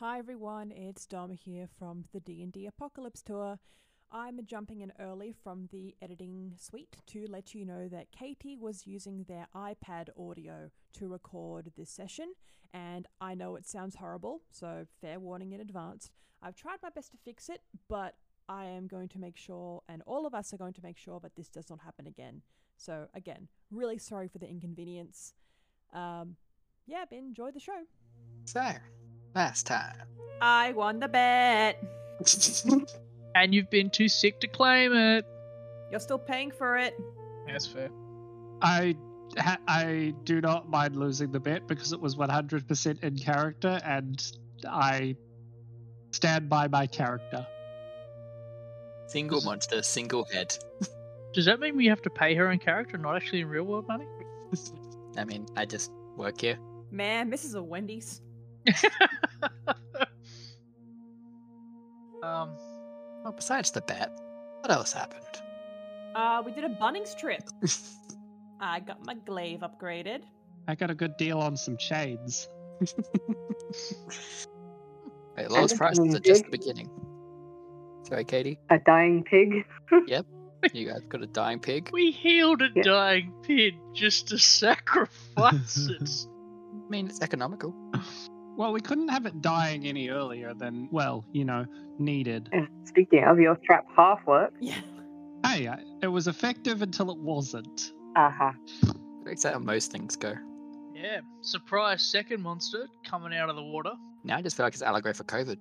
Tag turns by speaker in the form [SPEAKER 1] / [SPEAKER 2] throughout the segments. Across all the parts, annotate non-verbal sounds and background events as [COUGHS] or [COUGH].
[SPEAKER 1] Hi everyone, it's Dom here from the D&D Apocalypse Tour. I'm jumping in early from the editing suite to let you know that Katie was using their iPad audio to record this session, and I know it sounds horrible, so fair warning in advance. I've tried my best to fix it, but I am going to make sure, and all of us are going to make sure, that this does not happen again. So, again, really sorry for the inconvenience. Um, yeah, enjoy the show.
[SPEAKER 2] So, last time.
[SPEAKER 1] I won the bet.
[SPEAKER 3] and you've been too sick to claim it.
[SPEAKER 1] You're still paying for it.
[SPEAKER 3] That's fair.
[SPEAKER 2] I ha- I do not mind losing the bet because it was 100% in character and I stand by my character.
[SPEAKER 4] Single monster, single head.
[SPEAKER 3] Does that mean we have to pay her in character, not actually in real world money?
[SPEAKER 4] I mean, I just work here.
[SPEAKER 1] Man, this is a Wendy's.
[SPEAKER 3] [LAUGHS] um,
[SPEAKER 4] Well, besides the bat, what else happened? [LAUGHS]
[SPEAKER 1] Uh, we did a Bunnings trip. I got my glaive upgraded.
[SPEAKER 2] I got a good deal on some chains.
[SPEAKER 4] Wait, lowest prices are just the beginning. Sorry, Katie.
[SPEAKER 5] a dying pig.
[SPEAKER 4] You guys got a dying pig.
[SPEAKER 3] we healed a
[SPEAKER 5] Yeah.
[SPEAKER 3] dying pig just
[SPEAKER 1] [LAUGHS]
[SPEAKER 3] to sacrifice it.
[SPEAKER 4] I mean, it's economical.
[SPEAKER 2] Well, we couldn't have it dying any earlier than, well, you know, needed.
[SPEAKER 5] And speaking of your trap half work,
[SPEAKER 1] Yeah.
[SPEAKER 2] Hey, I- it was effective until it wasn't.
[SPEAKER 5] uh-huh.
[SPEAKER 4] That's how most things go.
[SPEAKER 3] Yeah, surprise! Second monster coming out of the water.
[SPEAKER 4] Now I just feel like it's allegory for COVID.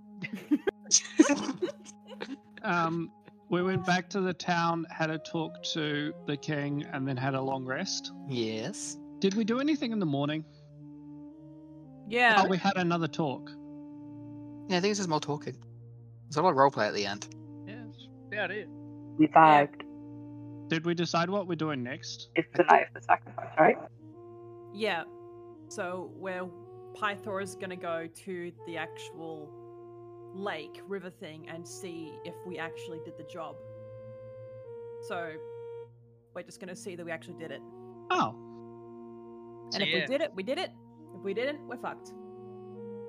[SPEAKER 2] Um, we went back to the town, had a talk to the king, and then had a long rest.
[SPEAKER 4] yes.
[SPEAKER 2] Did we do anything in the morning?
[SPEAKER 1] [LAUGHS] Yeah.
[SPEAKER 2] oh, we had another talk.
[SPEAKER 4] Yeah, I think this is more talking. There's a lot of roleplay at the end.
[SPEAKER 3] Yeah, that's about it.
[SPEAKER 5] We survived.
[SPEAKER 2] Did we decide what we're doing next?
[SPEAKER 5] It's the night of the sacrifice, right?
[SPEAKER 1] Yeah. So where Pythor is gonna go to the actual lake river thing and see if we actually did the job. So we're just gonna see that we actually did it.
[SPEAKER 2] Oh,
[SPEAKER 1] And if we did it, we did it. If we didn't, we're fucked.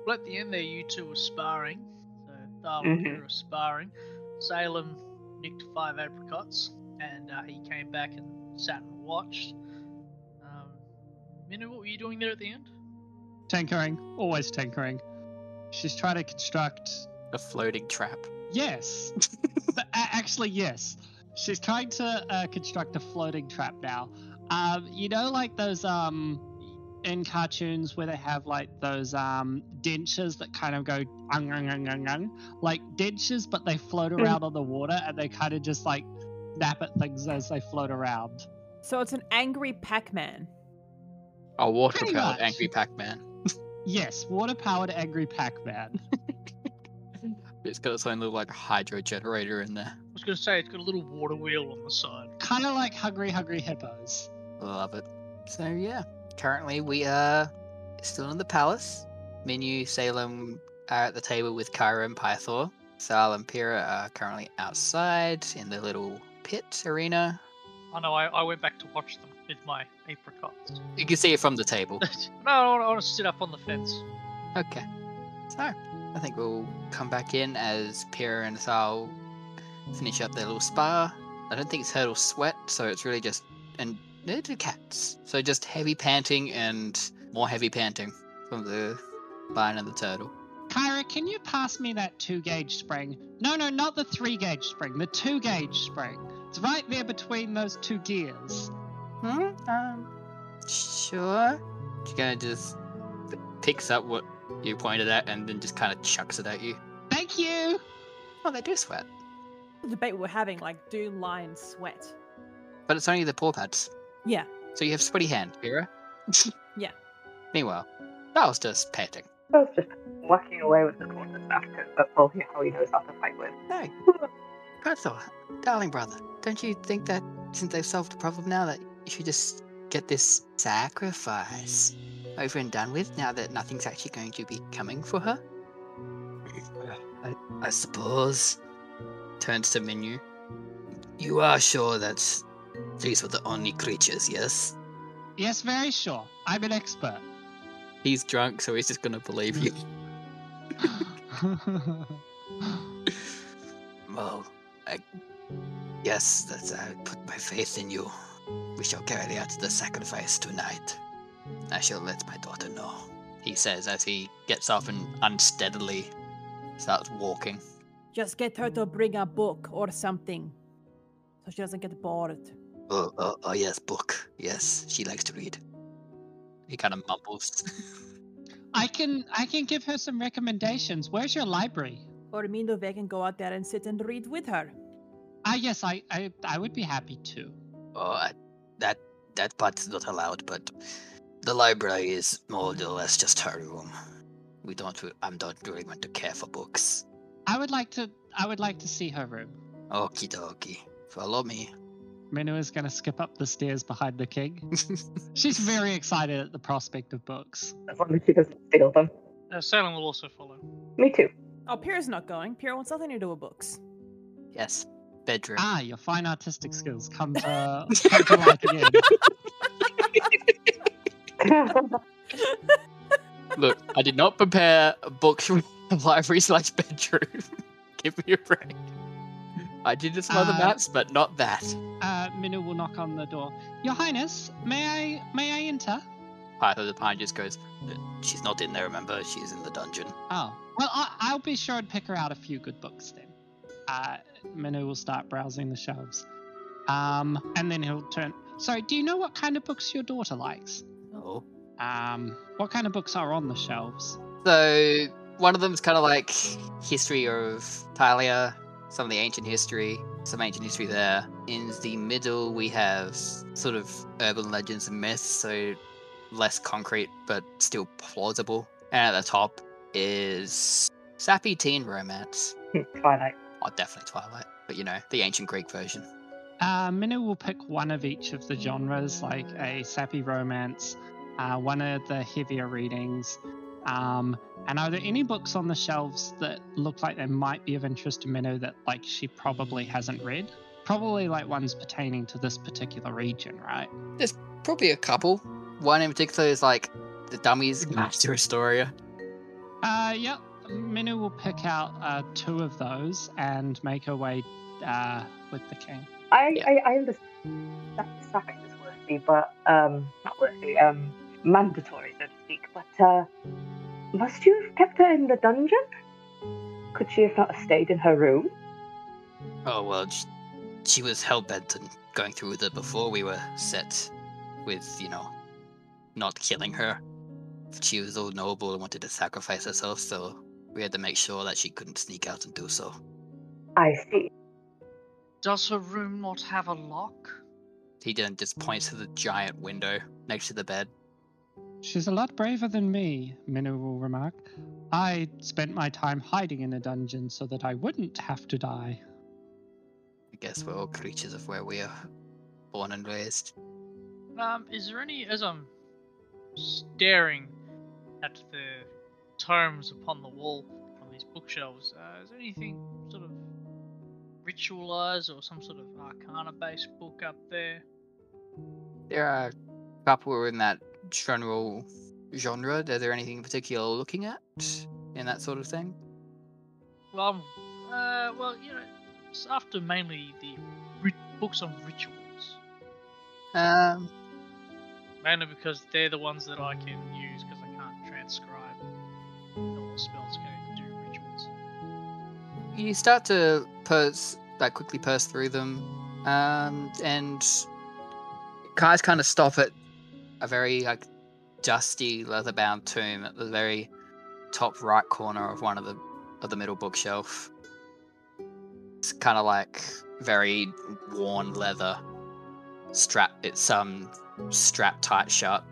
[SPEAKER 3] Well, at the end there, you two were sparring. So Tharwin
[SPEAKER 5] Mhm.
[SPEAKER 3] you were sparring. Salem nicked five apricots, and uh, he came back and sat and watched. Um, Minna, what were you doing there at the end?
[SPEAKER 2] tinkering, always tinkering. She's trying to construct.
[SPEAKER 4] A floating trap.
[SPEAKER 2] Yes, [LAUGHS] A- actually, yes. She's trying to uh, construct a floating trap now. Um, you know, like those um, in cartoons where they have like those um dentures that kind of go ung ung ung ung ung, like dentures, but they float around on the water and they kind of just like nap at things as they float around.
[SPEAKER 1] So it's an angry Pac-Man.
[SPEAKER 4] A water
[SPEAKER 2] Pretty
[SPEAKER 4] powered
[SPEAKER 2] much.
[SPEAKER 4] angry Pac Man.
[SPEAKER 2] Yes, water powered angry Pac Man.
[SPEAKER 4] It's got its own little like hydro generator in there.
[SPEAKER 3] I was going to say it's got a little water wheel on the side.
[SPEAKER 2] kind of like Hungry Hungry Hippos.
[SPEAKER 4] Love it. So yeah, currently we are still in the palace. Menu Salem are at the table with Kyra and Pythor. Sal and Pyrrha are currently outside in the little pit arena.
[SPEAKER 3] I know I, I went back to watch them with my [LAUGHS] apricots.
[SPEAKER 4] You can see it from the table.
[SPEAKER 3] no, I want, I want to sit up on the fence.
[SPEAKER 4] Okay. So I think we'll come back in as Pyrrha and Sal finish up their little spa. I don't think it's hurdle sweat, so it's really just and no two cats. So just heavy panting and more heavy panting from the lion and the turtle.
[SPEAKER 2] Kyra, can you pass me that two gauge spring? No, no, not the three gauge spring, the two gauge spring. It's right there between those two gears.
[SPEAKER 4] Hmm? Um, sure. She kind of just p- picks up what you pointed at and then just kind of chucks it at you.
[SPEAKER 2] Thank you!
[SPEAKER 4] Oh, they do sweat.
[SPEAKER 1] The debate we we're having, like, do lions sweat?
[SPEAKER 4] But it's only the paw pads.
[SPEAKER 1] Yeah.
[SPEAKER 4] So you have sweaty hand, Vera. [LAUGHS]
[SPEAKER 1] Yeah.
[SPEAKER 4] Meanwhile, that was just panting.
[SPEAKER 5] I was just whacking away with the corner stuff, but well, you know, he knows how to fight with.
[SPEAKER 4] Hey, Pretzel, darling brother, don't you think that since they've solved the problem now that you should just get this sacrifice over and done with now that nothing's actually going to be coming for her? I, I suppose. Turns to Menu. You are sure that these were the only creatures, yes?
[SPEAKER 2] Yes, very sure. I'm an expert.
[SPEAKER 4] He's drunk, so he's just gonna believe you. Well, I guess that I put my faith in you. We shall carry out the sacrifice tonight. I shall let my daughter know. He says as he gets up and unsteadily starts walking.
[SPEAKER 1] Just get her to bring a book or something so she doesn't get bored.
[SPEAKER 4] Oh, oh, oh yes, book. Yes, she likes to read. He kind of mumbles.
[SPEAKER 2] I can I can give her some recommendations. Where's your library?
[SPEAKER 1] Or Mindove can go out there and sit and read with her.
[SPEAKER 2] Ah, yes, I I, I would be happy to.
[SPEAKER 4] [LAUGHS] oh, I, that that part's not allowed. But the library is more or less just her room. We don't. re- I'm not really going to care for books.
[SPEAKER 2] I would like to I would like to see her room.
[SPEAKER 4] Okie dokie. Follow me.
[SPEAKER 2] Minna is going to skip up the stairs behind the king. She's very excited at the prospect of books.
[SPEAKER 5] As long as she doesn't steal them.
[SPEAKER 3] Uh, Salem will also follow.
[SPEAKER 5] Me too. [LAUGHS]
[SPEAKER 1] Oh, Pierre's not going. Pierre wants nothing to do with books.
[SPEAKER 4] yes, bedroom.
[SPEAKER 2] Ah, your fine artistic skills come to, come to light again.
[SPEAKER 6] Look, I did not prepare books from [LAUGHS] the library slash bedroom. [LAUGHS] Give me a break. I did some other
[SPEAKER 2] Uh,
[SPEAKER 4] Ah.
[SPEAKER 6] maps, but not that.
[SPEAKER 2] Uh, Minna will knock on the door. Your Highness, may I may I enter?
[SPEAKER 6] Pytho the Pine just goes, "Uh,
[SPEAKER 4] She's not in there. Remember, she's in the dungeon.
[SPEAKER 2] Oh, well, I, I'll be sure and pick her out a few good books then. Uh, Minu will start browsing the shelves. Um, and then he'll turn. So, do you know what kind of books your daughter likes?
[SPEAKER 4] Oh.
[SPEAKER 2] Um, what kind of books are on the shelves?
[SPEAKER 6] so
[SPEAKER 4] One of them's kind of like history of Talia, some of the ancient history, some ancient history there. In the middle, we have sort of urban legends and myths, so less concrete but still plausible. And at the top is sappy teen romance.
[SPEAKER 5] Twilight.
[SPEAKER 4] Oh, definitely Twilight, but you know, the ancient Greek version.
[SPEAKER 2] Uh, Minu will pick one of each of the genres, like a sappy romance, uh, one of the heavier readings. Um, and are there any books on the shelves that look like they might be of interest to Minu that, like, she probably hasn't read? Probably like ones pertaining to this particular region, right?
[SPEAKER 4] Probably a couple. One in particular is like the Dummies Master Astoria.
[SPEAKER 2] Uh, yep. Minu will pick out uh, two of those and make her way uh, with the king.
[SPEAKER 5] I,
[SPEAKER 4] Yeah.
[SPEAKER 5] I, I understand that sapping is worthy, but um, not worthy, um, mandatory, so to speak. But uh, must you have kept her in the dungeon? Could she have not stayed in her room?
[SPEAKER 4] Oh well, she, she was hell bent on going through with it before we were set with you know not killing her. She was all noble and wanted to sacrifice herself, so we had to make sure that she couldn't sneak out and do so.
[SPEAKER 5] I see.
[SPEAKER 3] Does her room not have a lock?
[SPEAKER 4] He then just points to the giant window next to the bed.
[SPEAKER 2] She's a lot braver than me, Minu will remark. I spent my time hiding in a dungeon so that I wouldn't have to die.
[SPEAKER 4] I guess we're all creatures of where we are born and raised.
[SPEAKER 3] Um, is there any as I'm staring at the tomes upon the wall on these bookshelves? Uh, is there anything sort of ritualized or some sort of arcana-based book up there?
[SPEAKER 4] There are a couple in that general genre. Are there anything in particular looking at in that sort of thing?
[SPEAKER 3] Well, I'm- uh, well, you know, it's after mainly the ri- books on rituals,
[SPEAKER 4] Um,
[SPEAKER 3] mainly because they're the ones that I can use because I can't transcribe normal spells can do rituals.
[SPEAKER 4] you start to purse like quickly purse through them um and guys kind of stop at a very like dusty leather bound tomb at the very top right corner of one of the of the middle bookshelf it's kind of like very worn leather strap it's um strap tight shut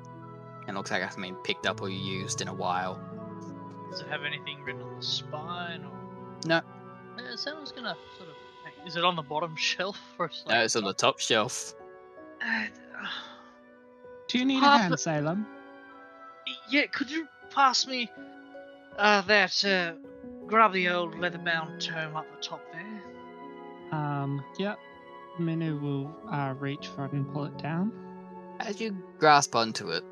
[SPEAKER 4] and looks like it hasn't been picked up or used in a while
[SPEAKER 3] Does it have anything written on the spine or?
[SPEAKER 4] No.
[SPEAKER 3] Uh, someone's gonna sort of. hey, Is it on the bottom [LAUGHS] shelf or? it's
[SPEAKER 4] no
[SPEAKER 3] like-
[SPEAKER 4] it's on the top shelf
[SPEAKER 3] Uh,
[SPEAKER 2] Do you need a
[SPEAKER 3] Papa-
[SPEAKER 2] hand, Salem?
[SPEAKER 3] yeah, could you pass me uh, that? Uh, grab the old leather-bound tome up the top there.
[SPEAKER 2] Um, yep. Minu will uh, reach for it and pull it down.
[SPEAKER 4] As you grasp onto it,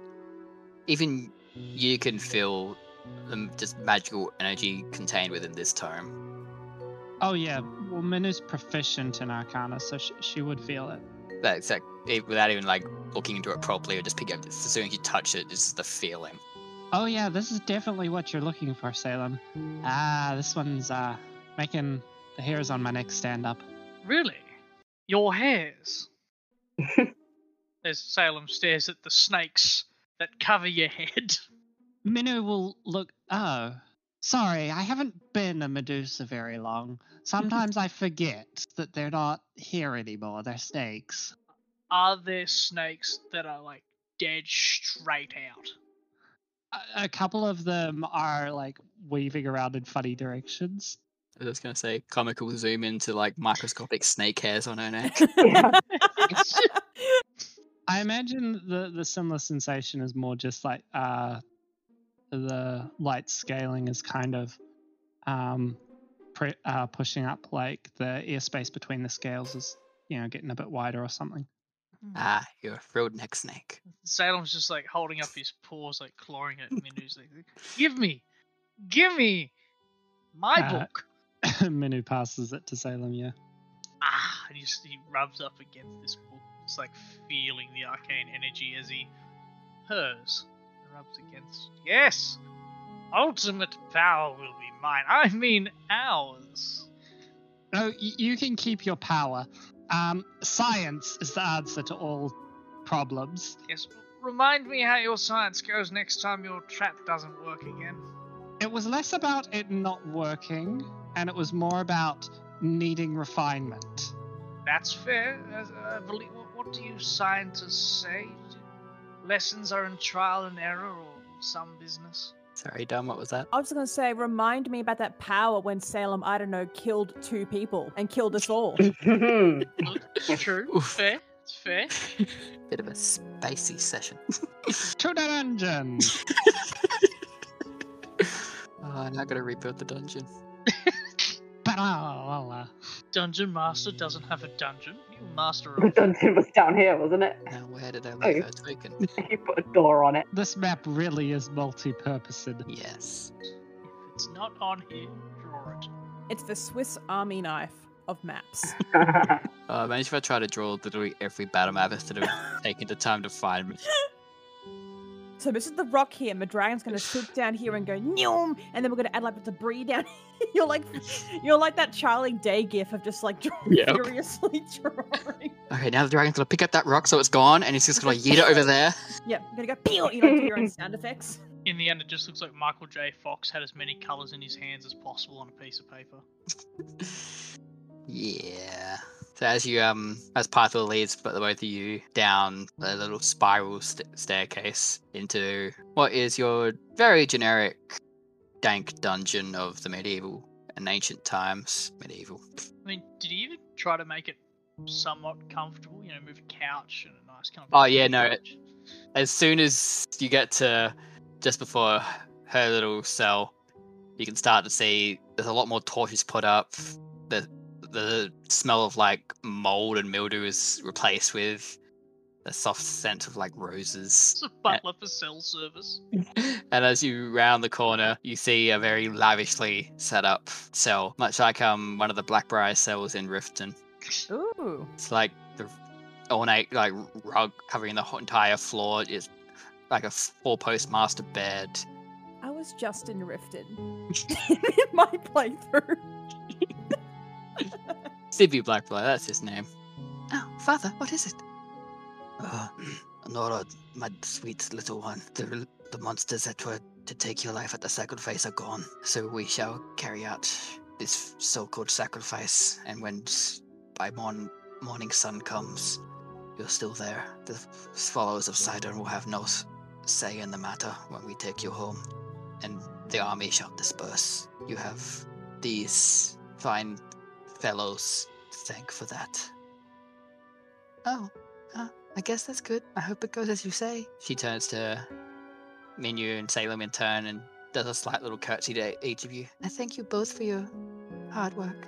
[SPEAKER 4] even you can feel the m- just magical energy contained within this tome.
[SPEAKER 2] Oh yeah, well, Min is proficient in Arcana, so sh- she would feel it.
[SPEAKER 4] That's like e- without even like looking into it properly or just picking up. As soon as you touch it, it's just the feeling.
[SPEAKER 2] Oh yeah, this is definitely what you're looking for, Salem. Ah, this one's uh making the hairs on my neck stand up.
[SPEAKER 3] Really? Your hairs?
[SPEAKER 5] [LAUGHS]
[SPEAKER 3] As Salem stares at the snakes that cover your head. [LAUGHS]
[SPEAKER 2] Minu will look. Oh, sorry, I haven't been a Medusa very long. Sometimes I forget that they're not here anymore. They're snakes.
[SPEAKER 3] Are there snakes that are like dead straight out? [LAUGHS]
[SPEAKER 2] A, a couple of them are like weaving around in funny directions.
[SPEAKER 4] I was gonna say comic will zoom into like microscopic snake hairs on her
[SPEAKER 1] [LAUGHS]
[SPEAKER 4] neck.
[SPEAKER 2] I imagine the the similar sensation is more just like uh, the light scaling is kind of um, pre- uh, pushing up, like the airspace between the scales is you know getting a bit wider or something. [COUGHS]
[SPEAKER 4] ah, you're a frilled neck snake.
[SPEAKER 3] Salem's just like holding up his paws, like clawing at Minu's like, "Give me, give me my
[SPEAKER 2] Uh,
[SPEAKER 3] book."
[SPEAKER 2] Minu passes it to Salem. Yeah.
[SPEAKER 3] Ah, and he, just, he rubs up against this book. It's like feeling the arcane energy as he purrs and rubs against. Yes, ultimate power will be mine. I mean ours.
[SPEAKER 2] No, y- you can keep your power. Um, science is the answer to all problems.
[SPEAKER 3] Yes. Remind me how your science goes next time your trap doesn't work again.
[SPEAKER 2] It was less about it not working, and it was more about needing refinement.
[SPEAKER 3] That's fair. As, uh, I believe, what, what do you scientists say? Lessons are in trial and error or some business?
[SPEAKER 4] Sorry, Dom, what was that?
[SPEAKER 1] I was going to say, remind me about that power when Salem, I don't know, killed two people and killed us all.
[SPEAKER 3] True.
[SPEAKER 4] [LAUGHS] Oof.
[SPEAKER 3] Fair. It's fair.
[SPEAKER 4] Bit of a spacey session.
[SPEAKER 2] To the [LAUGHS] dungeon!
[SPEAKER 4] Oh, now I gotta rebuild the dungeon.
[SPEAKER 2] Ba-la-la-la.
[SPEAKER 3] Dungeon Master doesn't have a dungeon. You master
[SPEAKER 5] the
[SPEAKER 3] of
[SPEAKER 5] dungeon was down here, wasn't it?
[SPEAKER 4] Now where did I leave
[SPEAKER 5] Oh.
[SPEAKER 4] her token?
[SPEAKER 5] You put a door on it.
[SPEAKER 2] this map really is multi-purposed.
[SPEAKER 4] Yes.
[SPEAKER 3] If it's not on here, draw it.
[SPEAKER 1] it's the Swiss Army knife of maps.
[SPEAKER 4] Uh, imagine if I try to draw literally every battle map instead of taking the time to find me.
[SPEAKER 1] so this is the rock here, and the dragon's going to swoop down here and go Nyum! and then we're going to add like the debris down. [LAUGHS] you're like, you're like that Charlie Day gif of just like drawing,
[SPEAKER 4] Yep.
[SPEAKER 1] [LAUGHS] furiously drawing.
[SPEAKER 4] Okay, now the dragon's gonna pick up that rock so it's gone and it's just gonna yeet it over there.
[SPEAKER 1] Yeah, I'm going to go pew. You like do your own sound effects.
[SPEAKER 3] In the end, it just looks like Michael J. Fox had as many colours in his hands as possible on a piece of paper.
[SPEAKER 4] Yeah. So as you um as Python leads but the both of you down a little spiral st- staircase into what is your very generic dank dungeon of the medieval and ancient times. Medieval.
[SPEAKER 3] I mean, did he even try to make it somewhat comfortable? You know, move a couch and a nice comfortable
[SPEAKER 4] Oh, yeah, no,
[SPEAKER 3] couch?
[SPEAKER 4] As soon as you get to just before her little cell, you can start to see there's a lot more torches put up. The the smell of like mold and mildew is replaced with a soft scent of like roses.
[SPEAKER 3] [LAUGHS] It's a butler for cell service.
[SPEAKER 4] and as you round the corner, you see a very lavishly set up cell, much like um one of the Blackbriar cells in Riften.
[SPEAKER 1] Ooh,
[SPEAKER 4] It's like the ornate like rug covering the whole entire floor. It's like a four post master bed.
[SPEAKER 1] I was just in Riften [LAUGHS] in my playthrough.
[SPEAKER 4] Sibby Blackbriar, that's his name. Oh, father, what is it? Uh, Nora, my sweet little one, the the monsters that were to take your life at the sacrifice are gone. So we shall carry out this so-called sacrifice, and when s- by morn, morning sun comes, you're still there. The f- followers of Sidon will have no s- say in the matter when we take you home, and the army shall disperse. You have these fine fellows to thank for that. Oh, uh, I guess that's good. I hope it goes as you say. She turns to Minu and Salem in turn and does a slight little curtsy to each of you. I thank you both for your hard work.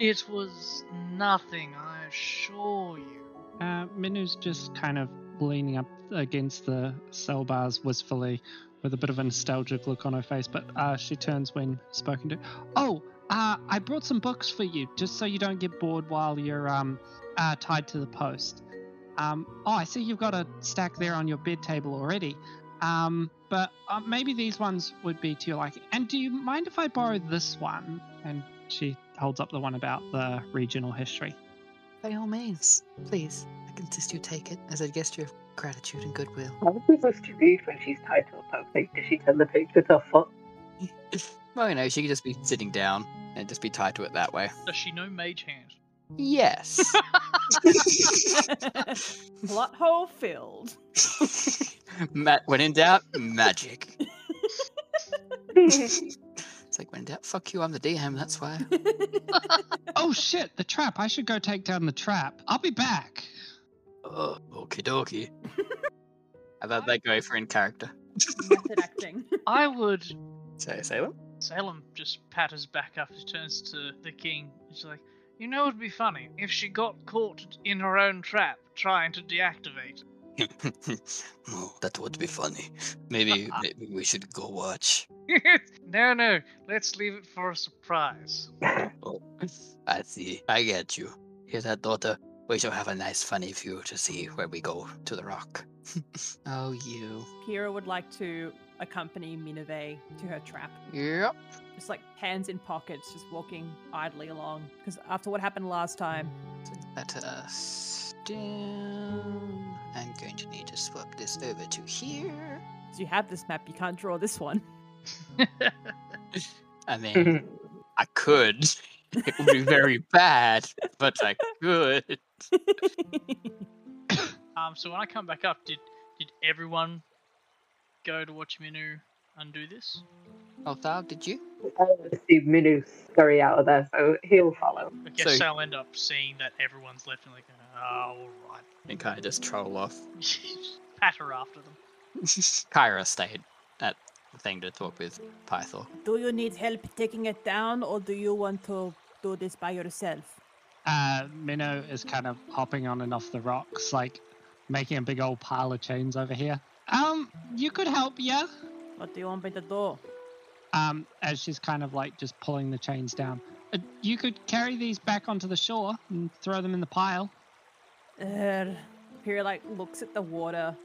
[SPEAKER 3] It was nothing, I assure you.
[SPEAKER 2] Uh, Minu's just kind of leaning up against the cell bars wistfully, with a bit of a nostalgic look on her face, but uh, she turns when spoken to. Oh, uh, I brought some books for you, just so you don't get bored while you're um, uh, tied to the post. Um, oh, I see you've got a stack there on your bed table already. Um, but uh, maybe these ones would be to your liking. And do you mind if I borrow this one? And she holds up the one about the regional history.
[SPEAKER 7] By all means, please. I can insist you take it as a gesture of gratitude and goodwill.
[SPEAKER 5] How is she supposed to read when she's tied to a post? Like, does she turn the page with her foot?
[SPEAKER 4] Well, you know, she could just be sitting down and just be tied to it that way.
[SPEAKER 3] Does she know mage hand?
[SPEAKER 4] [LAUGHS] Yes.
[SPEAKER 1] Plot hole filled.
[SPEAKER 4] Ma- when in doubt, magic.
[SPEAKER 5] That's
[SPEAKER 4] It's like when in doubt, fuck you, I'm the DM, that's why.
[SPEAKER 2] Oh shit, the trap. I should go take down the trap. I'll be back.
[SPEAKER 4] Oh, okie dokie. How about that go for in character?
[SPEAKER 1] Method acting.
[SPEAKER 3] I would.
[SPEAKER 4] So, Salem?
[SPEAKER 3] Salem just patters back up. She turns to the king. She's like, "You know, it'd be funny if she got caught in her own trap trying to deactivate." [LAUGHS]
[SPEAKER 4] [LAUGHS] oh, that would be funny. [LAUGHS] Maybe, maybe we should go watch.
[SPEAKER 3] no, no. Let's leave it for a surprise. [LAUGHS]
[SPEAKER 4] Oh, [LAUGHS] I see. I get you. Hear that, daughter? We shall have a nice, funny view to see where we go to the rock. [LAUGHS]
[SPEAKER 7] Oh, you.
[SPEAKER 1] Kira would like to accompany Minove to her trap.
[SPEAKER 4] Yep.
[SPEAKER 1] Just like hands in pockets, just walking idly along. Because after what happened last time,
[SPEAKER 4] Let us down.
[SPEAKER 7] I'm going to need to swap this over to here.
[SPEAKER 1] so you have this map, you can't draw this one.
[SPEAKER 4] I [LAUGHS] mean, I could. It would be [LAUGHS] very bad, but I could.
[SPEAKER 3] um. So when I come back up, did did everyone go to watch Minu undo this?
[SPEAKER 4] Oh, Tharg, did you?
[SPEAKER 5] I see Minu scurry out of there, so he'll follow. [LAUGHS]
[SPEAKER 3] I guess
[SPEAKER 4] So-
[SPEAKER 3] I'll end up seeing that everyone's left and like, oh, all right.
[SPEAKER 4] And kind of just troll off.
[SPEAKER 3] [LAUGHS] Patter after them.
[SPEAKER 1] [LAUGHS]
[SPEAKER 4] Kyra stayed at the thing to talk with Pythor.
[SPEAKER 1] do you need help taking it down, or do you want to do this by yourself?
[SPEAKER 2] Uh, Minnow is kind of hopping on and off the rocks, like making a big old pile of chains over here. Um, you could help, yeah?
[SPEAKER 1] What do you want me to do?
[SPEAKER 2] Um, as she's kind of like just pulling the chains down. Uh, you could carry these back onto the shore and throw them in the pile.
[SPEAKER 1] Uh, Kira like looks at the water,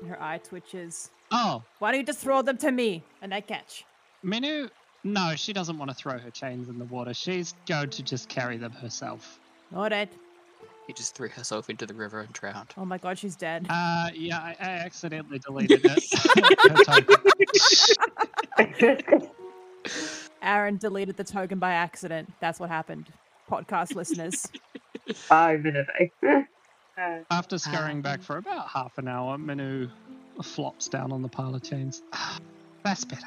[SPEAKER 1] and her eye twitches.
[SPEAKER 2] Oh,
[SPEAKER 1] Why don't you just throw them to me and I catch?
[SPEAKER 2] Minu, no, she doesn't want to throw her chains in the water. She's going to just carry them herself.
[SPEAKER 1] All right.
[SPEAKER 4] He just threw herself into the river and drowned.
[SPEAKER 1] Oh my god, she's dead.
[SPEAKER 2] Uh, yeah, I, I accidentally deleted it. Her token.
[SPEAKER 1] Aaron deleted the token by accident. That's what happened. Podcast listeners.
[SPEAKER 5] Bye, Minerve. Uh,
[SPEAKER 2] After scurrying back for about half an hour, Minu flops down on the pile of chains. [SIGHS] Ah, That's better.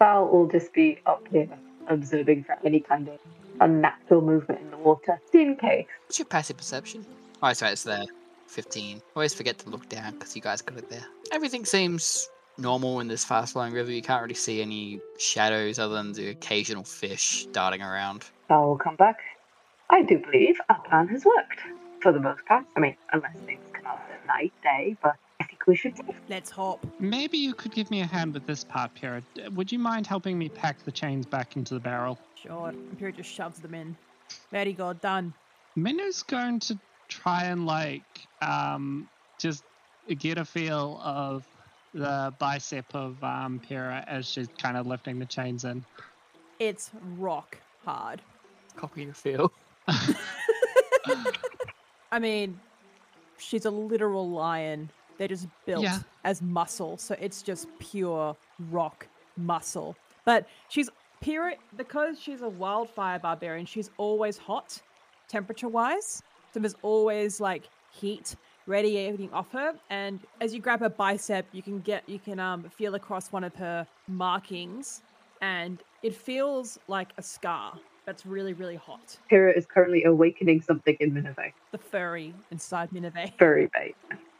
[SPEAKER 5] Val will just be up here observing for any kind of unnatural movement in the water, just in case.
[SPEAKER 4] What's your passive perception? Oh, sorry, it's there. 15. Always forget to look down because you guys got it there. Everything seems normal in this fast flowing river. You can't really see any shadows other than the occasional fish darting around.
[SPEAKER 5] Val will come back. I do believe our plan has worked for the most part. I mean, unless things come out at night, day, but I think we should.
[SPEAKER 1] Let's hop.
[SPEAKER 2] Maybe you could give me a hand with this part, Pyrrha. D- Would you mind helping me pack the chains back into the barrel?
[SPEAKER 1] Sure. Imperial just shoves them in. Very good. Done.
[SPEAKER 2] Minu's going to try and like um, just get a feel of the bicep of um, Pyrrha as she's kind of lifting the chains in.
[SPEAKER 1] It's rock hard.
[SPEAKER 4] Copy your feel.
[SPEAKER 1] [LAUGHS] I mean, she's a literal lion. They're just built
[SPEAKER 2] Yeah.
[SPEAKER 1] as muscle, so it's just pure rock muscle. But she's pure because she's a wildfire barbarian. She's always hot, temperature-wise. So there's always like heat radiating off her. And as you grab her bicep, you can get you can um, feel across one of her markings, and it feels like a scar that's really really hot.
[SPEAKER 5] Pyrrha is currently awakening something in Minerve.
[SPEAKER 1] The furry inside Minervae.
[SPEAKER 5] Furry bait.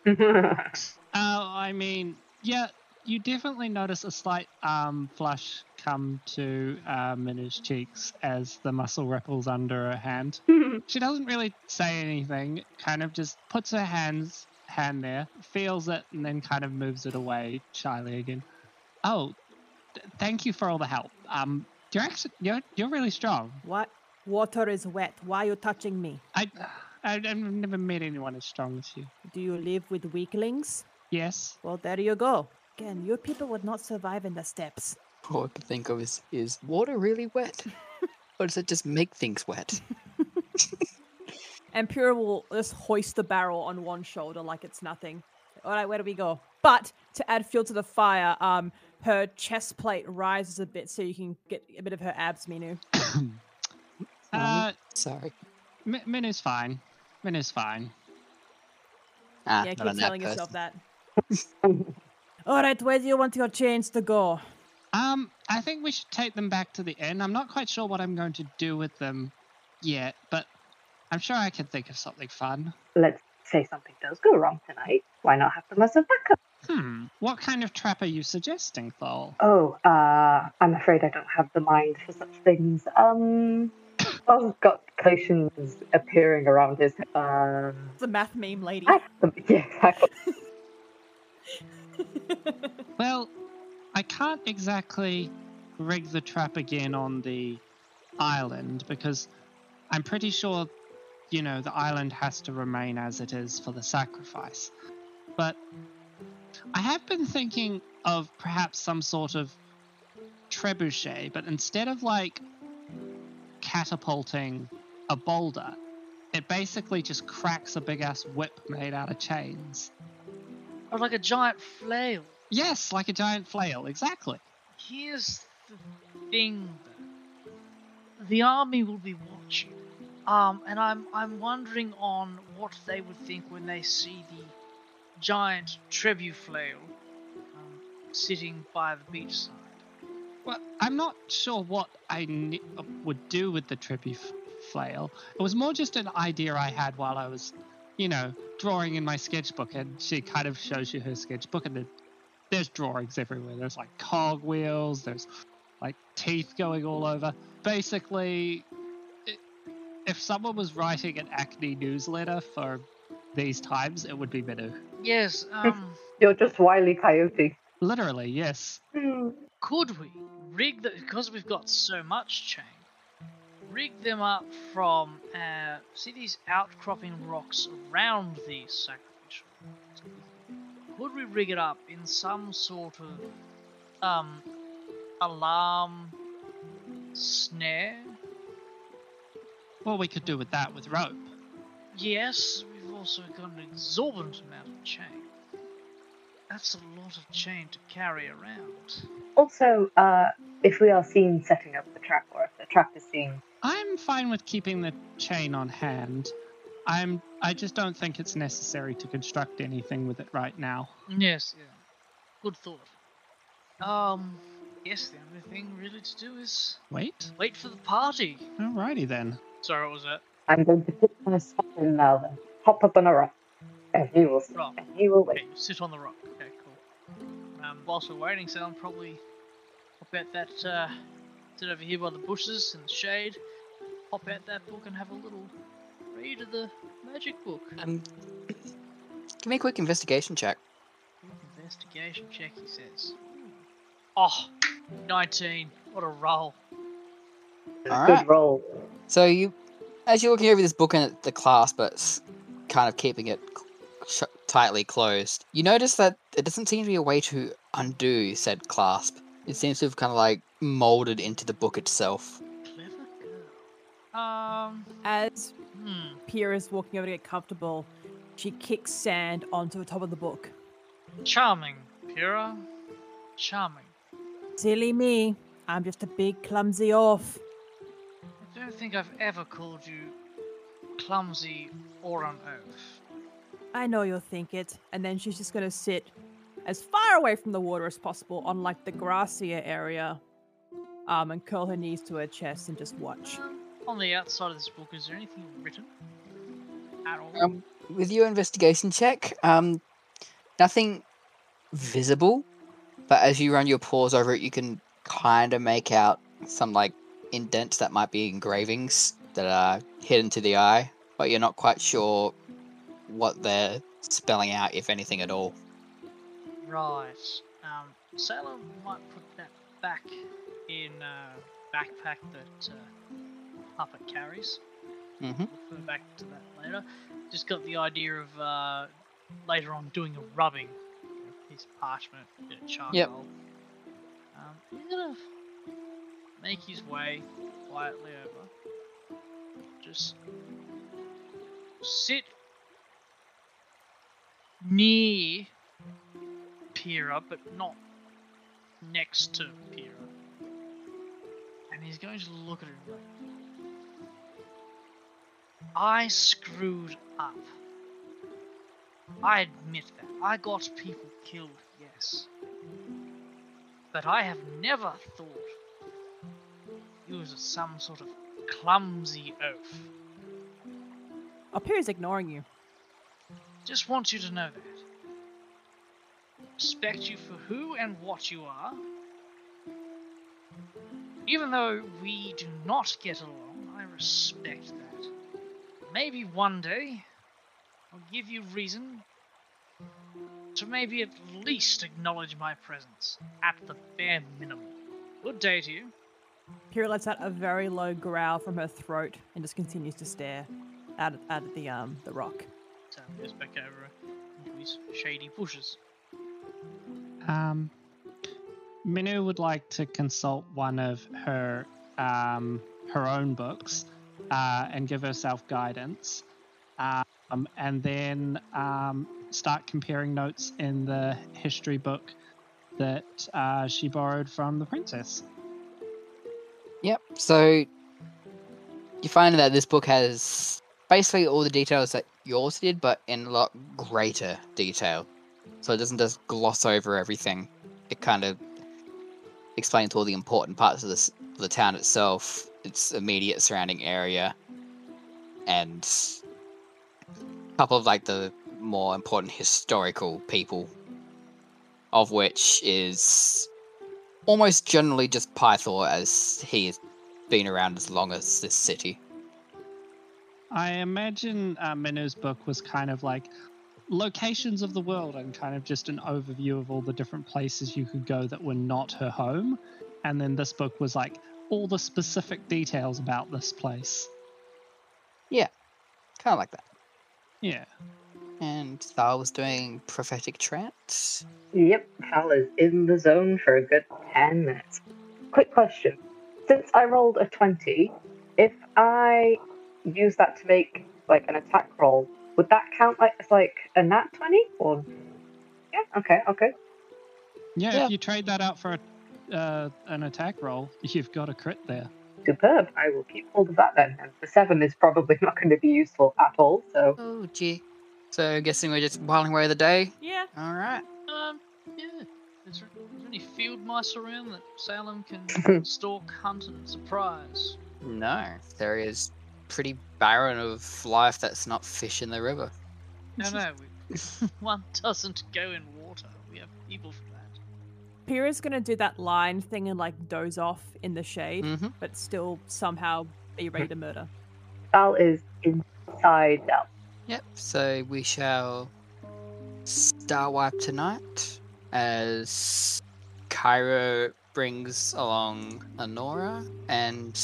[SPEAKER 2] Uh, I mean, yeah, you definitely notice a slight um, flush come to uh, Minu's cheeks as the muscle ripples under her hand. She doesn't really say anything, kind of just puts her hands hand there, feels it, and then kind of moves it away shyly again. Oh, th- thank you for all the help. Um, you're actually you're, you're really strong.
[SPEAKER 1] What? Water is wet. Why are you touching me?
[SPEAKER 2] I, I I've never met anyone as strong as you.
[SPEAKER 1] Do you live with weaklings?
[SPEAKER 2] Yes.
[SPEAKER 1] Well, there you go. Again, your people would not survive in the steppes.
[SPEAKER 7] All I can think of is is water really
[SPEAKER 1] [LAUGHS]
[SPEAKER 7] wet? or does it just make things wet?
[SPEAKER 1] And Pyrrha will just hoist the barrel on one shoulder like it's nothing. All right, where do we go? But to add fuel to the fire, um, her chest plate rises a bit so you can get a bit of her abs, Minu.
[SPEAKER 2] Uh,
[SPEAKER 7] Sorry.
[SPEAKER 2] M- Minu's fine. Minu's fine.
[SPEAKER 7] Ah,
[SPEAKER 1] yeah,
[SPEAKER 7] not a
[SPEAKER 1] keep telling
[SPEAKER 7] nap
[SPEAKER 1] yourself
[SPEAKER 7] person.
[SPEAKER 1] that. [LAUGHS] All right, where do you want your chains to go?
[SPEAKER 2] Um, I think we should take them back to the inn. I'm not quite sure what I'm going to do with them yet, but I'm sure I can think of something fun.
[SPEAKER 5] Let's say something does go wrong tonight. Why not have them as a backup?
[SPEAKER 2] Hmm. What kind of trap are you suggesting, Thol?
[SPEAKER 5] Oh, uh, I'm afraid I don't have the mind for such things. Um, Thol's got potions appearing around his. Uh,
[SPEAKER 1] It's a math meme lady.
[SPEAKER 5] I have them. [LAUGHS] Yeah, exactly.
[SPEAKER 2] Well, I can't exactly rig the trap again on the island because I'm pretty sure, you know, the island has to remain as it is for the sacrifice. But I have been thinking of perhaps some sort of trebuchet, but instead of like catapulting a boulder, it basically just cracks a big ass whip made out of chains.
[SPEAKER 3] Or like a giant flail.
[SPEAKER 2] Yes, like a giant flail, exactly.
[SPEAKER 3] Here's the thing though. The army will be watching. Um and I'm I'm wondering on what they would think when they see the giant trebuflail um, sitting by the beachside.
[SPEAKER 2] Well, I'm not sure what I ne- would do with the trippy f- flail. It was more just an idea I had while I was, you know, drawing in my sketchbook, and she kind of shows you her sketchbook, and then there's drawings everywhere. There's like cogwheels, there's like teeth going all over. Basically, i if someone was writing an acne newsletter for these times, it would be Minu.
[SPEAKER 3] Yes, um
[SPEAKER 5] You're just wily coyote.
[SPEAKER 2] Literally, yes.
[SPEAKER 5] Hmm.
[SPEAKER 3] could we rig the because we've got so much chain rig them up from uh, see these outcropping rocks around these sacrificial rocks? could we rig it up in some sort of um alarm snare
[SPEAKER 2] What we could do with that with rope.
[SPEAKER 3] yes we've also got an exorbitant amount of chain that's a lot of chain to carry around
[SPEAKER 5] Also, uh, if we are seen setting up the trap, or if the trap is seen,
[SPEAKER 2] I'm fine with keeping the chain on hand. I'm I just don't think it's necessary to construct anything with it right now.
[SPEAKER 3] Yes, yeah. Good thought. Um, yes, the only thing really to do is
[SPEAKER 2] Wait.
[SPEAKER 3] wait for the party.
[SPEAKER 2] Alrighty then.
[SPEAKER 3] Sorry, what was that?
[SPEAKER 5] I'm going to put my stuff in now. Then hop up on a rock, and he will, sit,
[SPEAKER 3] Rock.
[SPEAKER 5] and he will wait.
[SPEAKER 3] Okay, sit on the rock. Okay, cool. Um, whilst we're waiting, so I'm probably hop out that, uh, sit over here by the bushes in the shade, hop out that book and have a little read of the magic book.
[SPEAKER 7] Um,
[SPEAKER 4] [COUGHS]
[SPEAKER 7] give me a quick investigation check.
[SPEAKER 3] Investigation check, he says. Oh, 19. What a roll.
[SPEAKER 7] All
[SPEAKER 5] Good
[SPEAKER 7] right.
[SPEAKER 5] roll.
[SPEAKER 7] So you, as you're looking over this book and at the clasp, but it's kind of keeping it cl- sh- tightly closed, you notice that there doesn't seem to be a way to undo said clasp. It seems to have kind of like molded into the book itself.
[SPEAKER 3] Clever girl. Um,
[SPEAKER 1] As
[SPEAKER 3] hmm.
[SPEAKER 1] Pyrrha is walking over to get comfortable, she kicks sand onto the top of the book.
[SPEAKER 3] Charming, Pyrrha. Charming.
[SPEAKER 1] Silly me. I'm just a big clumsy oaf.
[SPEAKER 3] I don't think I've ever called you clumsy or an oaf.
[SPEAKER 1] I know you'll think it. And then she's just going to sit as far away from the water as possible on like the grassier area um, and curl her knees to her chest and just watch.
[SPEAKER 3] On the outside of this book, is there anything written? At all?
[SPEAKER 7] Um, with your investigation check, um, nothing visible, but as you run your paws over it, you can kind of make out some like indents that might be engravings that are hidden to the eye, but you're not quite sure what they're spelling out, if anything at all.
[SPEAKER 3] Right. Um, Sailor might put that back in uh, backpack that uh, Papa carries.
[SPEAKER 7] Mm-hmm.
[SPEAKER 4] Mhm.
[SPEAKER 3] We'll refer back to that later. Just got the idea of uh, later on doing a rubbing, a piece of parchment, a bit of charcoal. Um, he's gonna make his way quietly over. Just sit near Pyrrha, but not next to Pyrrha. And he's going to look at her and be like, I screwed up. I admit that. I got people killed, yes. But I have never thought it was some sort of clumsy oaf.
[SPEAKER 1] Appears Oh, ignoring you.
[SPEAKER 3] Just want you to know that. Respect you for who and what you are. Even though we do not get along, I respect that. Maybe one day I'll give you reason to maybe at least acknowledge my presence, at the bare minimum. Good day to you.
[SPEAKER 1] Pyrrha lets out a very low growl from her throat and just continues to stare out at, at the um the rock.
[SPEAKER 3] So goes back over into his shady bushes.
[SPEAKER 2] Um, Minu would like to consult one of her um, her own books uh, and give herself guidance, um, and then um, start comparing notes in the history book that uh, she borrowed from the princess.
[SPEAKER 4] Yep. So you find that this book has basically all the details that yours did, but in a lot greater detail. So it doesn't just gloss over everything. It kind of explains all the important parts of this the town itself, its immediate surrounding area, and a couple of like the more important historical people, of which is almost generally just Pythor, as he has been around as long as this city.
[SPEAKER 2] I imagine uh, Minu's book was kind of like locations of the world and kind of just an overview of all the different places you could go that were not her home. And then this book was like all the specific details about this place.
[SPEAKER 4] Kind of like that.
[SPEAKER 2] Yeah.
[SPEAKER 4] And Thal was doing prophetic trance.
[SPEAKER 5] Yep, Hal is in the zone for a good 10 minutes. Quick question. Since I rolled a 20, if I use that to make like an attack roll, would that count like as like a nat 20 or Yeah, okay, okay.
[SPEAKER 2] Yeah,
[SPEAKER 4] Yeah.
[SPEAKER 2] if you trade that out for a, uh, an attack roll, you've got a crit there.
[SPEAKER 5] Superb. I will keep hold of that then. And the 7 is probably [LAUGHS] not going to be useful at all, so
[SPEAKER 4] Oh, gee. So, guessing we're just whiling away the day.
[SPEAKER 1] Yeah.
[SPEAKER 4] All right.
[SPEAKER 3] Um, yeah. Is there, is there any field mice around that Salem can stalk, hunt, and surprise?
[SPEAKER 4] No, there is pretty barren of life that's not fish in the river.
[SPEAKER 3] No, no, we, [LAUGHS] one doesn't go in water. We have people for that.
[SPEAKER 1] Pyrrha's gonna do that line thing and like doze off in the shade,
[SPEAKER 4] Mm-hmm.
[SPEAKER 1] but still somehow be ready to murder.
[SPEAKER 5] Hal is inside out.
[SPEAKER 4] Yep. So we shall star wipe tonight as Cairo brings along Honora and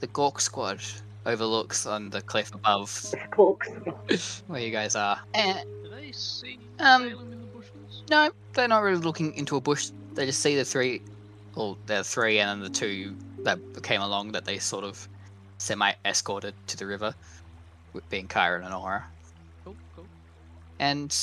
[SPEAKER 4] the Gork squad overlooks on the cliff above
[SPEAKER 5] It's corks.
[SPEAKER 4] where you guys are. And
[SPEAKER 3] Do they see
[SPEAKER 4] Um,
[SPEAKER 3] Salem in the bushes?
[SPEAKER 4] no, they're not really looking into a bush. They just see the three, well, the three and then the two that came along that they sort of semi escorted to the river, with being Cairo and Honora.
[SPEAKER 3] Cool, cool.
[SPEAKER 4] and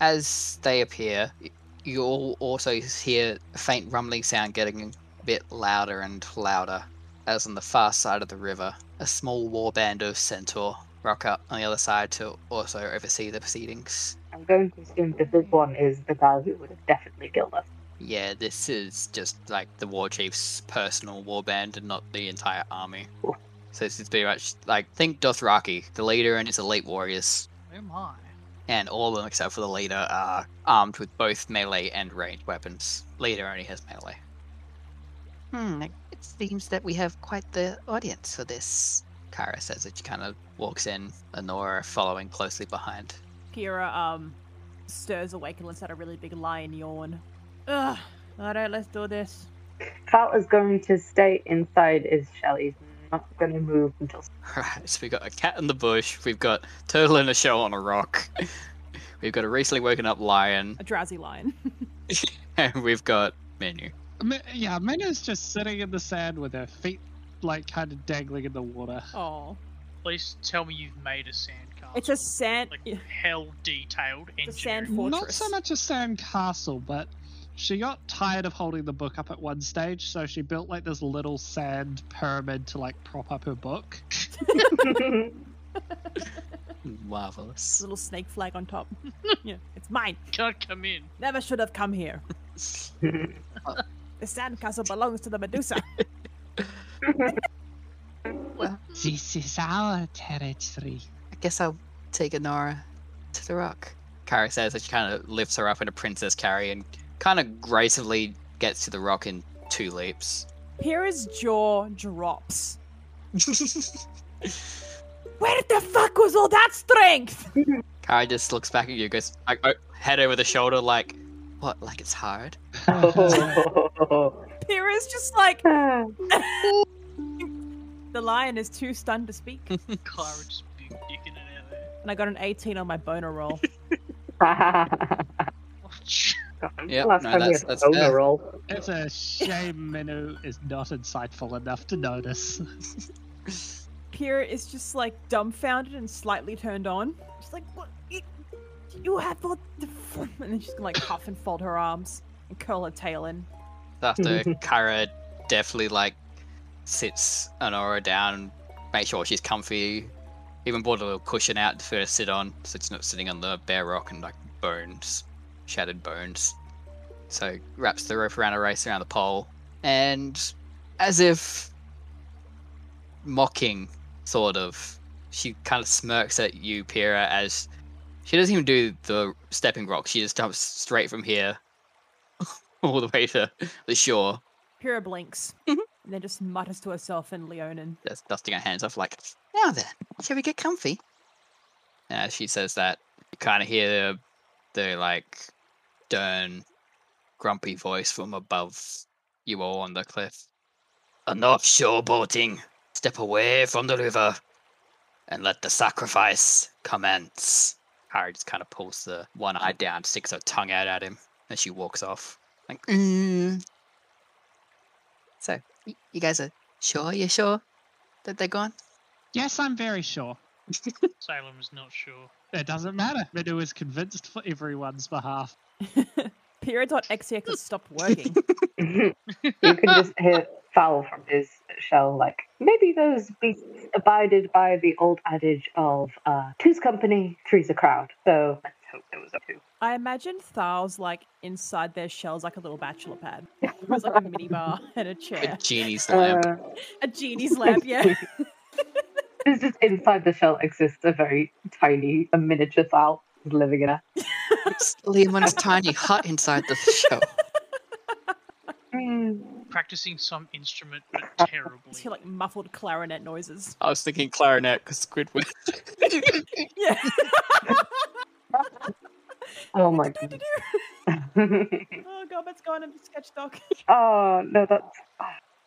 [SPEAKER 4] as they appear, y- you all also hear a faint rumbling sound getting a bit louder and louder. As on the far side of the river, a small warband of centaur rock up on the other side to also oversee the proceedings.
[SPEAKER 5] I'm going to assume that this one is the guy who would have definitely killed us.
[SPEAKER 4] Yeah, this is just like the war chief's personal warband and not the entire army.
[SPEAKER 5] Cool.
[SPEAKER 4] So this is pretty much like think Dothraki, the leader and his elite warriors,
[SPEAKER 3] Oh my.
[SPEAKER 4] and all of them except for the leader are armed with both melee and ranged weapons. Leader only has melee. Hmm, it seems that we have quite the audience for this. Kara says that she kind of walks in, Honora following closely behind.
[SPEAKER 1] Pyrrha um stirs awake and lets out a really big lion yawn. Ugh. All right, let's do this.
[SPEAKER 5] Falt is going to stay inside is Shelley's not going to move
[SPEAKER 4] [LAUGHS]
[SPEAKER 5] until [LAUGHS]
[SPEAKER 4] Right, so we've got a cat in the bush, we've got turtle in a shell on a rock, [LAUGHS] we've got a recently woken up lion, [LAUGHS]
[SPEAKER 1] A drowsy lion. [LAUGHS]
[SPEAKER 4] and we've got menu.
[SPEAKER 2] M- yeah, Minna's just sitting in the sand with her feet like kind of dangling in the water.
[SPEAKER 1] oh,
[SPEAKER 3] Please tell me you've made a sandcastle.
[SPEAKER 1] it's a sand.
[SPEAKER 3] like
[SPEAKER 1] yeah,
[SPEAKER 3] hell detailed
[SPEAKER 1] a sand
[SPEAKER 3] engineering.
[SPEAKER 1] fort-
[SPEAKER 2] Not
[SPEAKER 1] Fortress.
[SPEAKER 2] so much a sand castle, but she got tired of holding the book up at one stage, so she built like this little sand pyramid to like prop up her book.
[SPEAKER 4] Marvelous.
[SPEAKER 1] Little snake flag on top. [LAUGHS] yeah, it's mine.
[SPEAKER 3] [LAUGHS] Can't come in.
[SPEAKER 1] Never should have come here. [LAUGHS] The sandcastle belongs to the Medusa.
[SPEAKER 2] This is our territory.
[SPEAKER 4] I guess I'll take Honora to the rock. Kari says that she kind of lifts her up in a princess carry and kind of gracefully gets to the rock in two leaps.
[SPEAKER 1] Pyrrha's jaw drops. Where the fuck was all that strength? [LAUGHS]
[SPEAKER 4] Kari just looks back at you, goes like, oh, head over the shoulder, like, what? Like it's hard?
[SPEAKER 1] Pyrrha's just like
[SPEAKER 5] Ah,
[SPEAKER 1] the lion is too stunned to speak.
[SPEAKER 3] Clara just be dicking it out there.
[SPEAKER 1] And I got an 18 on my boner roll.
[SPEAKER 3] Oh,
[SPEAKER 4] Yep,
[SPEAKER 5] Last
[SPEAKER 4] no,
[SPEAKER 5] time we
[SPEAKER 4] that's-
[SPEAKER 5] had
[SPEAKER 4] that's
[SPEAKER 5] a boner
[SPEAKER 4] fair.
[SPEAKER 5] roll.
[SPEAKER 2] [LAUGHS] It's a shame Minnow is not insightful enough to notice.
[SPEAKER 1] Pyrrha is just like dumbfounded and slightly turned on. She's like, what? You, you have all the. [LAUGHS] f-" And then she's gonna like huff and fold her arms and curl her tail in.
[SPEAKER 4] After Kara definitely like sits Honora down, make sure she's comfy, even brought a little cushion out for her to sit on, so she's not sitting on the bare rock and like bones, shattered bones. So wraps the rope around her waist around the pole, and as if mocking, sort of, she kind of smirks at you, Pyrrha, as she doesn't even do the stepping rock. She just jumps straight from here [LAUGHS] all the way to the shore.
[SPEAKER 1] Pyrrha blinks and then just mutters to herself in Leonin. [LAUGHS]
[SPEAKER 4] just dusting her hands off, like, now then, shall we get comfy? And as she says that, you kind of hear the, the, like, stern, grumpy voice from above you all on the cliff. Enough showboating! Step away from the river and let the sacrifice commence. Harry just kind of pulls the one eye down, sticks her tongue out at him, and she walks off. Like, mm.
[SPEAKER 7] So, y- you guys are sure? You're sure that they're gone?
[SPEAKER 2] [LAUGHS] Yes, I'm very sure.
[SPEAKER 3] Salem is not sure.
[SPEAKER 2] It doesn't matter. Minnow is convinced for everyone's behalf.
[SPEAKER 1] Pyrrha.xx has stopped working.
[SPEAKER 5] you can just hear foul from his shell like maybe those beasts abided by the old adage of uh two's company three's a crowd so let's hope there was a two
[SPEAKER 1] I imagine Thal's like inside their shells like a little bachelor pad. There's like a mini bar and a chair.
[SPEAKER 4] Genie's lamp.
[SPEAKER 5] uh,
[SPEAKER 1] A genie's lamp, yeah.
[SPEAKER 5] it's just inside the shell exists a very tiny a miniature fowl living in a
[SPEAKER 7] It's Leonin's tiny hut inside the show.
[SPEAKER 5] mm,
[SPEAKER 3] Practicing some instrument,
[SPEAKER 1] [LAUGHS]
[SPEAKER 3] but terribly.
[SPEAKER 1] Just hear like muffled clarinet noises.
[SPEAKER 4] I was thinking clarinet because Squidward.
[SPEAKER 1] Yeah.
[SPEAKER 5] oh my god [LAUGHS]
[SPEAKER 1] oh god, let's go on and sketch doc.
[SPEAKER 5] oh no that's ah,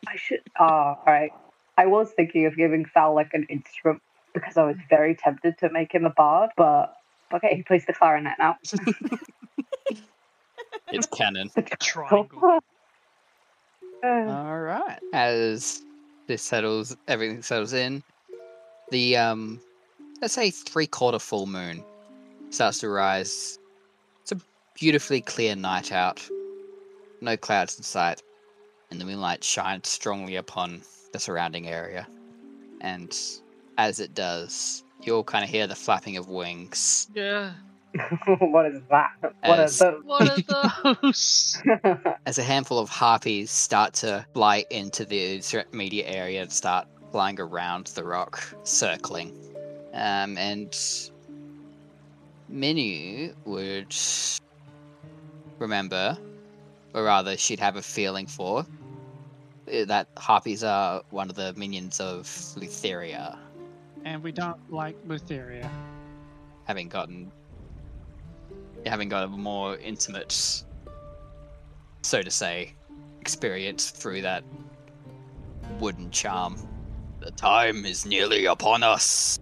[SPEAKER 5] i should oh all right i was thinking of giving fowl like an instrument because i was very tempted to make him a bard but okay he plays the clarinet now
[SPEAKER 4] [LAUGHS] it's canon.
[SPEAKER 5] [LAUGHS]
[SPEAKER 1] [LAUGHS]
[SPEAKER 3] Triangle.
[SPEAKER 5] Uh,
[SPEAKER 4] All right. As this settles, everything settles in. The um, let's say three quarter full moon starts to rise. It's a beautifully clear night out. No clouds in sight, and the moonlight shines strongly upon the surrounding area. And as it does, you all kind of hear the flapping of wings.
[SPEAKER 3] Yeah.
[SPEAKER 5] [LAUGHS] what is that? What are
[SPEAKER 4] As-
[SPEAKER 5] those?
[SPEAKER 3] What are those?
[SPEAKER 4] as a handful of harpies start to fly into the immediate area and start flying around the rock, circling. Um, and Minu would remember, or rather, she'd have a feeling for uh, that harpies are one of the minions of Lutheria,
[SPEAKER 2] And we don't like Lutheria.
[SPEAKER 4] having gotten having got a more intimate so to say, experience through that wooden charm. The time is nearly upon us.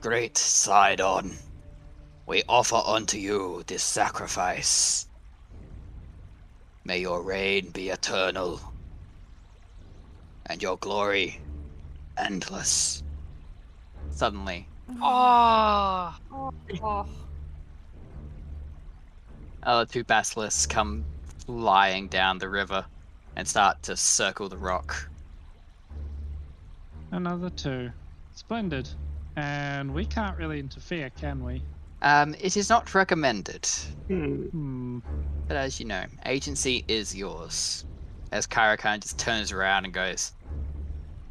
[SPEAKER 4] Great Sidon, we offer unto you this sacrifice. May your reign be eternal, and your glory endless. Suddenly,
[SPEAKER 3] Oh,
[SPEAKER 1] Oh,
[SPEAKER 4] other uh, two basilisks come flying down the river and start to circle the rock.
[SPEAKER 2] Another two. Splendid. And we can't really interfere, can we?
[SPEAKER 4] Um, it is not recommended,
[SPEAKER 5] Hmm.
[SPEAKER 2] Hmm.
[SPEAKER 4] but as you know, agency is yours. As Kyra kind of just turns around and goes,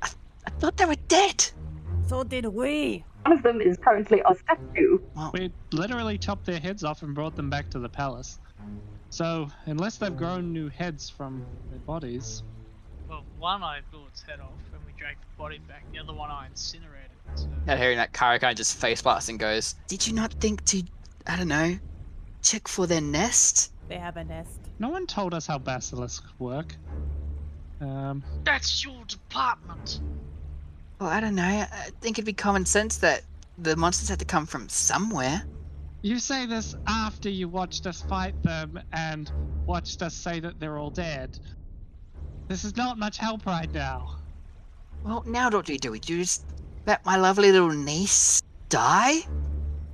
[SPEAKER 4] I, I thought they were dead!
[SPEAKER 1] [LAUGHS] so did we.
[SPEAKER 5] One of them is currently a statue.
[SPEAKER 4] Well,
[SPEAKER 2] We literally chopped their heads off and brought them back to the palace. So, unless they've grown new heads from their bodies,
[SPEAKER 3] well, one I blew its head off and we dragged the body back. The other one I incinerated. So.
[SPEAKER 4] now hearing that, Kyra kind of just face blasts and goes,
[SPEAKER 7] Did you not think to, I don't know, check for their nest?
[SPEAKER 1] They have a nest.
[SPEAKER 2] no one told us how basilisks work. Um,
[SPEAKER 3] That's your department.
[SPEAKER 7] Well, I don't know. I think it'd be common sense that the monsters had to come from somewhere.
[SPEAKER 2] you say this after you watched us fight them and watched us say that they're all dead. This is not much help right now.
[SPEAKER 7] Well, now what do you do? Do you just let my lovely little niece die?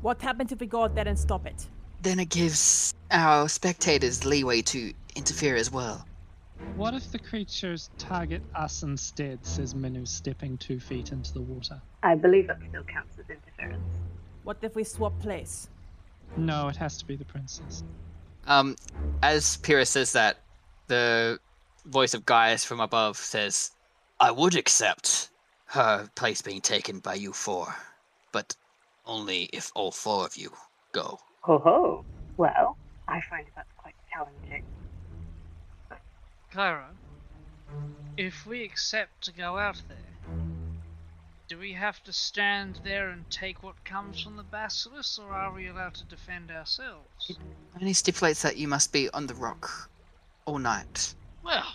[SPEAKER 1] What happens if we go out there and stop it?
[SPEAKER 7] Then it gives our spectators leeway to interfere as well.
[SPEAKER 2] What if the creatures target us instead? Says Minu, stepping two feet into the water.
[SPEAKER 5] I believe that still counts as interference.
[SPEAKER 1] What if we swap place?
[SPEAKER 2] No, it has to be the princess.
[SPEAKER 4] Um, as Pyrrha says that, the voice of Gaius from above says, I would accept her place being taken by you four, but only if all four of you go.
[SPEAKER 5] Ho ho. Well, I find that quite challenging.
[SPEAKER 3] Kyra, if we accept to go out there, do we have to stand there and take what comes from the basilisk, or are we allowed to defend ourselves?
[SPEAKER 7] Only stipulates that you must be on the rock all night
[SPEAKER 3] Well,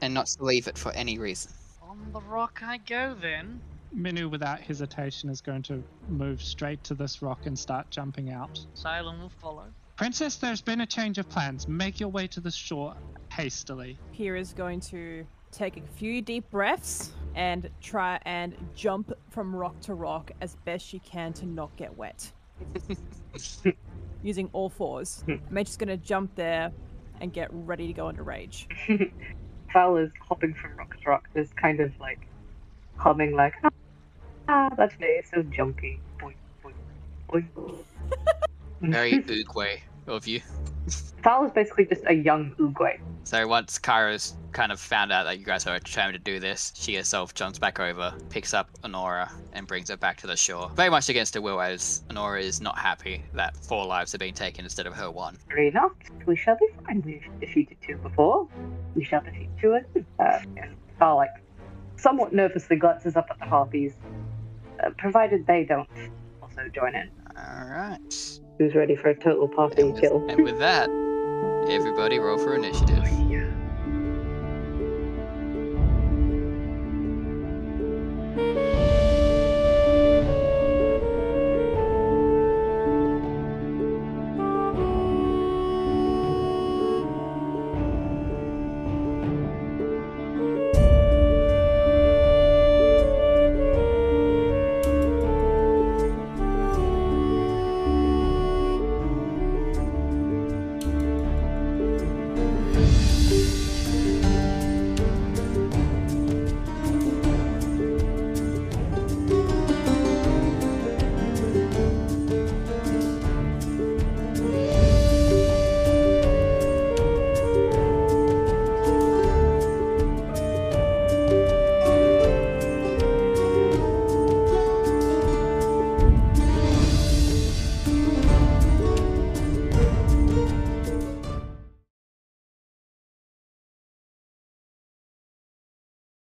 [SPEAKER 7] and not to leave it for any reason.
[SPEAKER 3] on the rock I go then.
[SPEAKER 2] Minu, without hesitation, is going to move straight to this rock and start jumping out.
[SPEAKER 3] Salem will follow.
[SPEAKER 2] Princess, there's been a change of plans. Make your way to the shore hastily.
[SPEAKER 1] Kira's going to take a few deep breaths and try and jump from rock to rock as best she can to not get wet. Using all fours. Mage is going to jump there and get ready to go into rage.
[SPEAKER 5] Fowler's hopping from rock to rock, just kind of like humming, like, ah, ah that's nice, so junky. Boing, boing, boing.
[SPEAKER 4] Very [LAUGHS] oogway of you.
[SPEAKER 5] Fowler's basically just a young Uguay.
[SPEAKER 4] So once Kyra's kind of found out that you guys are determined to do this, she herself jumps back over, picks up Honora, and brings her back to the shore. Very much against her will, as Honora is not happy that four lives are being taken instead of her one.
[SPEAKER 5] Three not. We shall be fine. We've defeated two before. We shall defeat two again. Uh, and Fowler, like, somewhat nervously glances up at the harpies, uh, provided they don't also join in.
[SPEAKER 7] All right.
[SPEAKER 5] Who's ready for a total parting kill?
[SPEAKER 4] And with that, everybody roll for initiative.